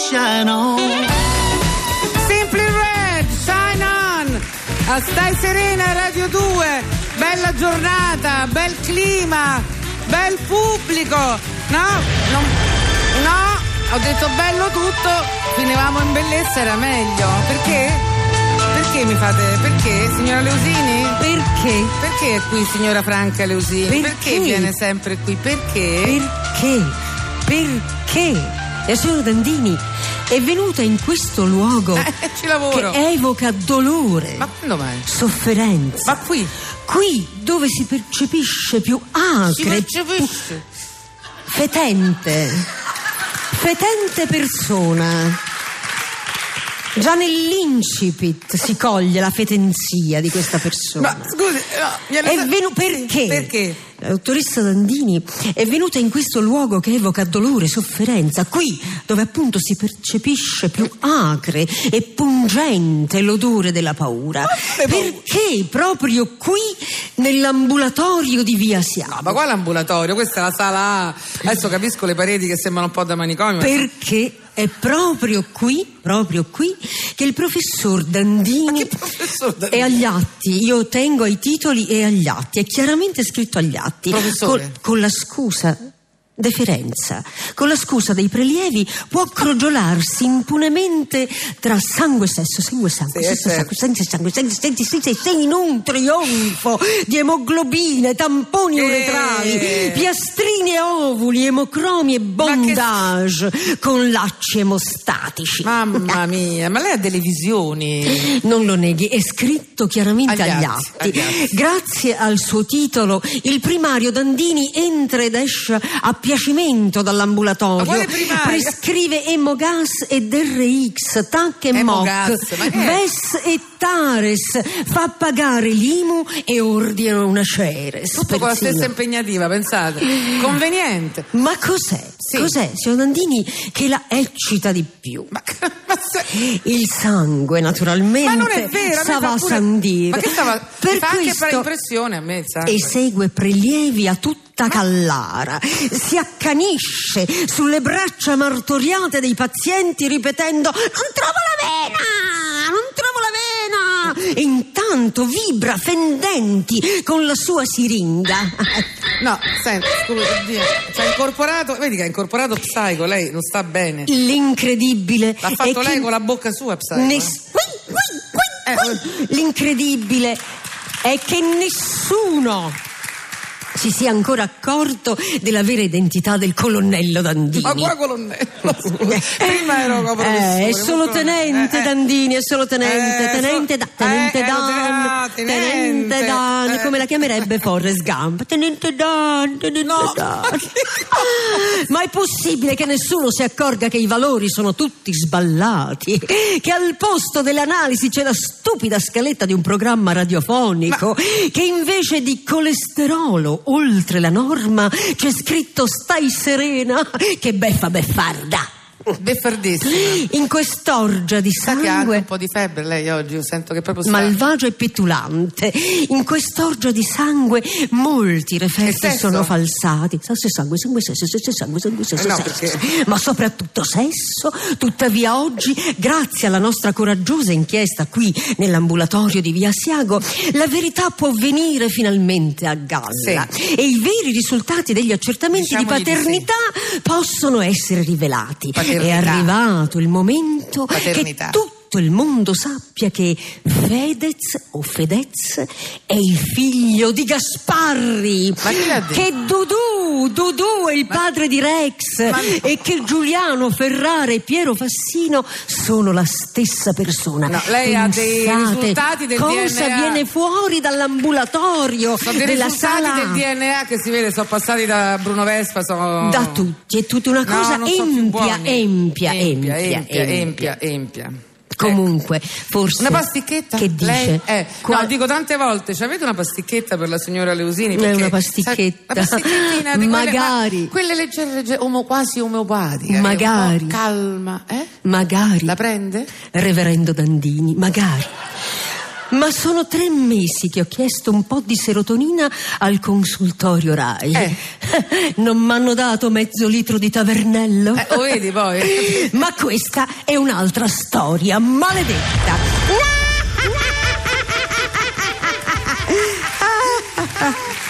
shine on. Simply Red, Shine On. A Stai Serena, Radio 2. Bella giornata, bel clima, bel pubblico. No, non- no, ho detto bello tutto, finivamo in bellezza, era meglio. Perché? Perché mi fate? Perché, signora Leusini? Perché? Perché è qui signora Franca Leusini? Perché? viene sempre qui? Perché? Perché? Perché? La signora Dandini è venuta in questo luogo Eh, ci lavoro. che evoca dolore, Ma quando mai? sofferenza. Ma qui Qui dove si percepisce più si acre, percepisce. fetente, fetente persona. Già nell'incipit si coglie la fetenzia di questa persona. Ma scusi, no, viene È sempre- venu- perché? Perché? La dottoressa Dandini è venuta in questo luogo che evoca dolore, sofferenza, qui dove appunto si percepisce più acre e pungente l'odore della paura. che paura? Perché proprio qui nell'ambulatorio di Via Siamo? Ma qua è l'ambulatorio, questa è la sala A. Adesso capisco le pareti che sembrano un po' da manicomio. ma- Perché è proprio qui, proprio qui, che il professor Dandini, professor Dandini? è agli atti. Io tengo ai titoli e agli atti, è chiaramente scritto agli atti. Professore. Col- con la scusa. Deferenza, con la scusa dei prelievi, può crogiolarsi impunemente tra sangue e sesso, sangue e sangue, Sì, sesso e certo. sangue, senza sangue, senza, senza, senza, senza, in un trionfo di emoglobine, tamponi Eh. uretrali, piastrini e ovuli, emocromi e bondage con lacci emostatici. Eh. Mamma mia, ma lei ha delle visioni. Non lo neghi, è scritto chiaramente Agli agli atti, atti. agli atti. Grazie al suo titolo, il primario Dandini entra ed esce a piacimento Ma dall'ambulatorio. quale primario? Prescrive emogas e DRX, TAC e Emogas, ma che MOC, è? VES e TARES, fa pagare l'IMU e ordina una Ceres. Tutto con la persino. stessa impegnativa, pensate. Conveniente. Ma cos'è? Sì. Cos'è, signor Dandini, che la eccita di più? Ma, ma se- Il sangue, naturalmente. ma non è vero, a me Stava fa a pure- San Diego. Ma che stava? Per fa anche per questo impressione a me, il sangue. esegue prelievi a tutta callara. Si accanisce sulle braccia martoriate dei pazienti ripetendo: Non trovo la vena! Non trovo la vena! E intanto vibra fendenti con la sua siringa. No, senti, scusa, oddio, ci ha incorporato, vedi che ha incorporato Psycho, lei non sta bene. L'incredibile. L'ha fatto è che lei con la bocca sua, Psycho. ne- eh. Qui, qui, qui, qui. L'incredibile è che nessuno si sia ancora accorto della vera identità del colonnello Dandini. Ma qua colonnello, scusa. prima ero Eh, Eh, professore. è solo tenente Dandini, è solo tenente, Eh, tenente, so- da, tenente eh, ero Dan, te- ah, tenente, Dan, eh. come la chiamerebbe Forrest Gump? Tenente Dan, tenente Dan. Ma è possibile che nessuno si accorga che i valori sono tutti sballati, che al posto dell'analisi c'è la stupida scaletta di un programma radiofonico, che invece di colesterolo oltre la norma c'è scritto stai serena, che beffa beffarda. Beffardissima. In quest'orgia di Sa che ha anche un sangue po' di febbre lei oggi, io sento che proprio sta... malvagio e petulante, in quest'orgia di sangue molti E referti sesso? sono falsati. Sesso e sangue, sangue, sesso, sesso e sangue, sangue, sesso, Eh no, sesso. perché- Ma soprattutto sesso. Tuttavia oggi, grazie alla nostra coraggiosa inchiesta qui nell'ambulatorio di Via Siago, la verità può venire finalmente a galla e i veri risultati degli accertamenti Diciamogli di di sì. paternità possono essere rivelati. È Paternità. arrivato il momento Paternità. che tutti tutto il mondo sappia che Fedez o Fedez è il figlio di Gasparri. Ma chi l'ha detto? Che Dudù, Dudù è il padre di Rex Ma no. e che Giuliano Ferrara e Piero Fassino sono la stessa persona. No, lei ha dei Pensate risultati del cosa DNA. viene fuori dall'ambulatorio Sono dei della risultati sala del DNA che si vede, sono passati da Bruno Vespa, sono... da tutti, è tutta una No, cosa non sono più empia, buoni. empia, empia, empia, empia, empia. Comunque, forse Ecco. Una pasticchetta? che dice Lei è- qua- No, dico tante volte, ci avete una pasticchetta per la signora Leusini? È Perché- Eh, una pasticchetta. Sai, Una pastichettina di quelle- Magari. ma- Quelle, leggere, leggere, omo- quasi omeopatiche. Magari. Un po' calma, eh? magari La prende? Reverendo Dandini, magari Ma sono tre mesi che ho chiesto un po' di serotonina al consultorio RAI. Eh. Non mi hanno dato mezzo litro di tavernello. Eh, lo vedi poi? Ma questa è un'altra storia maledetta.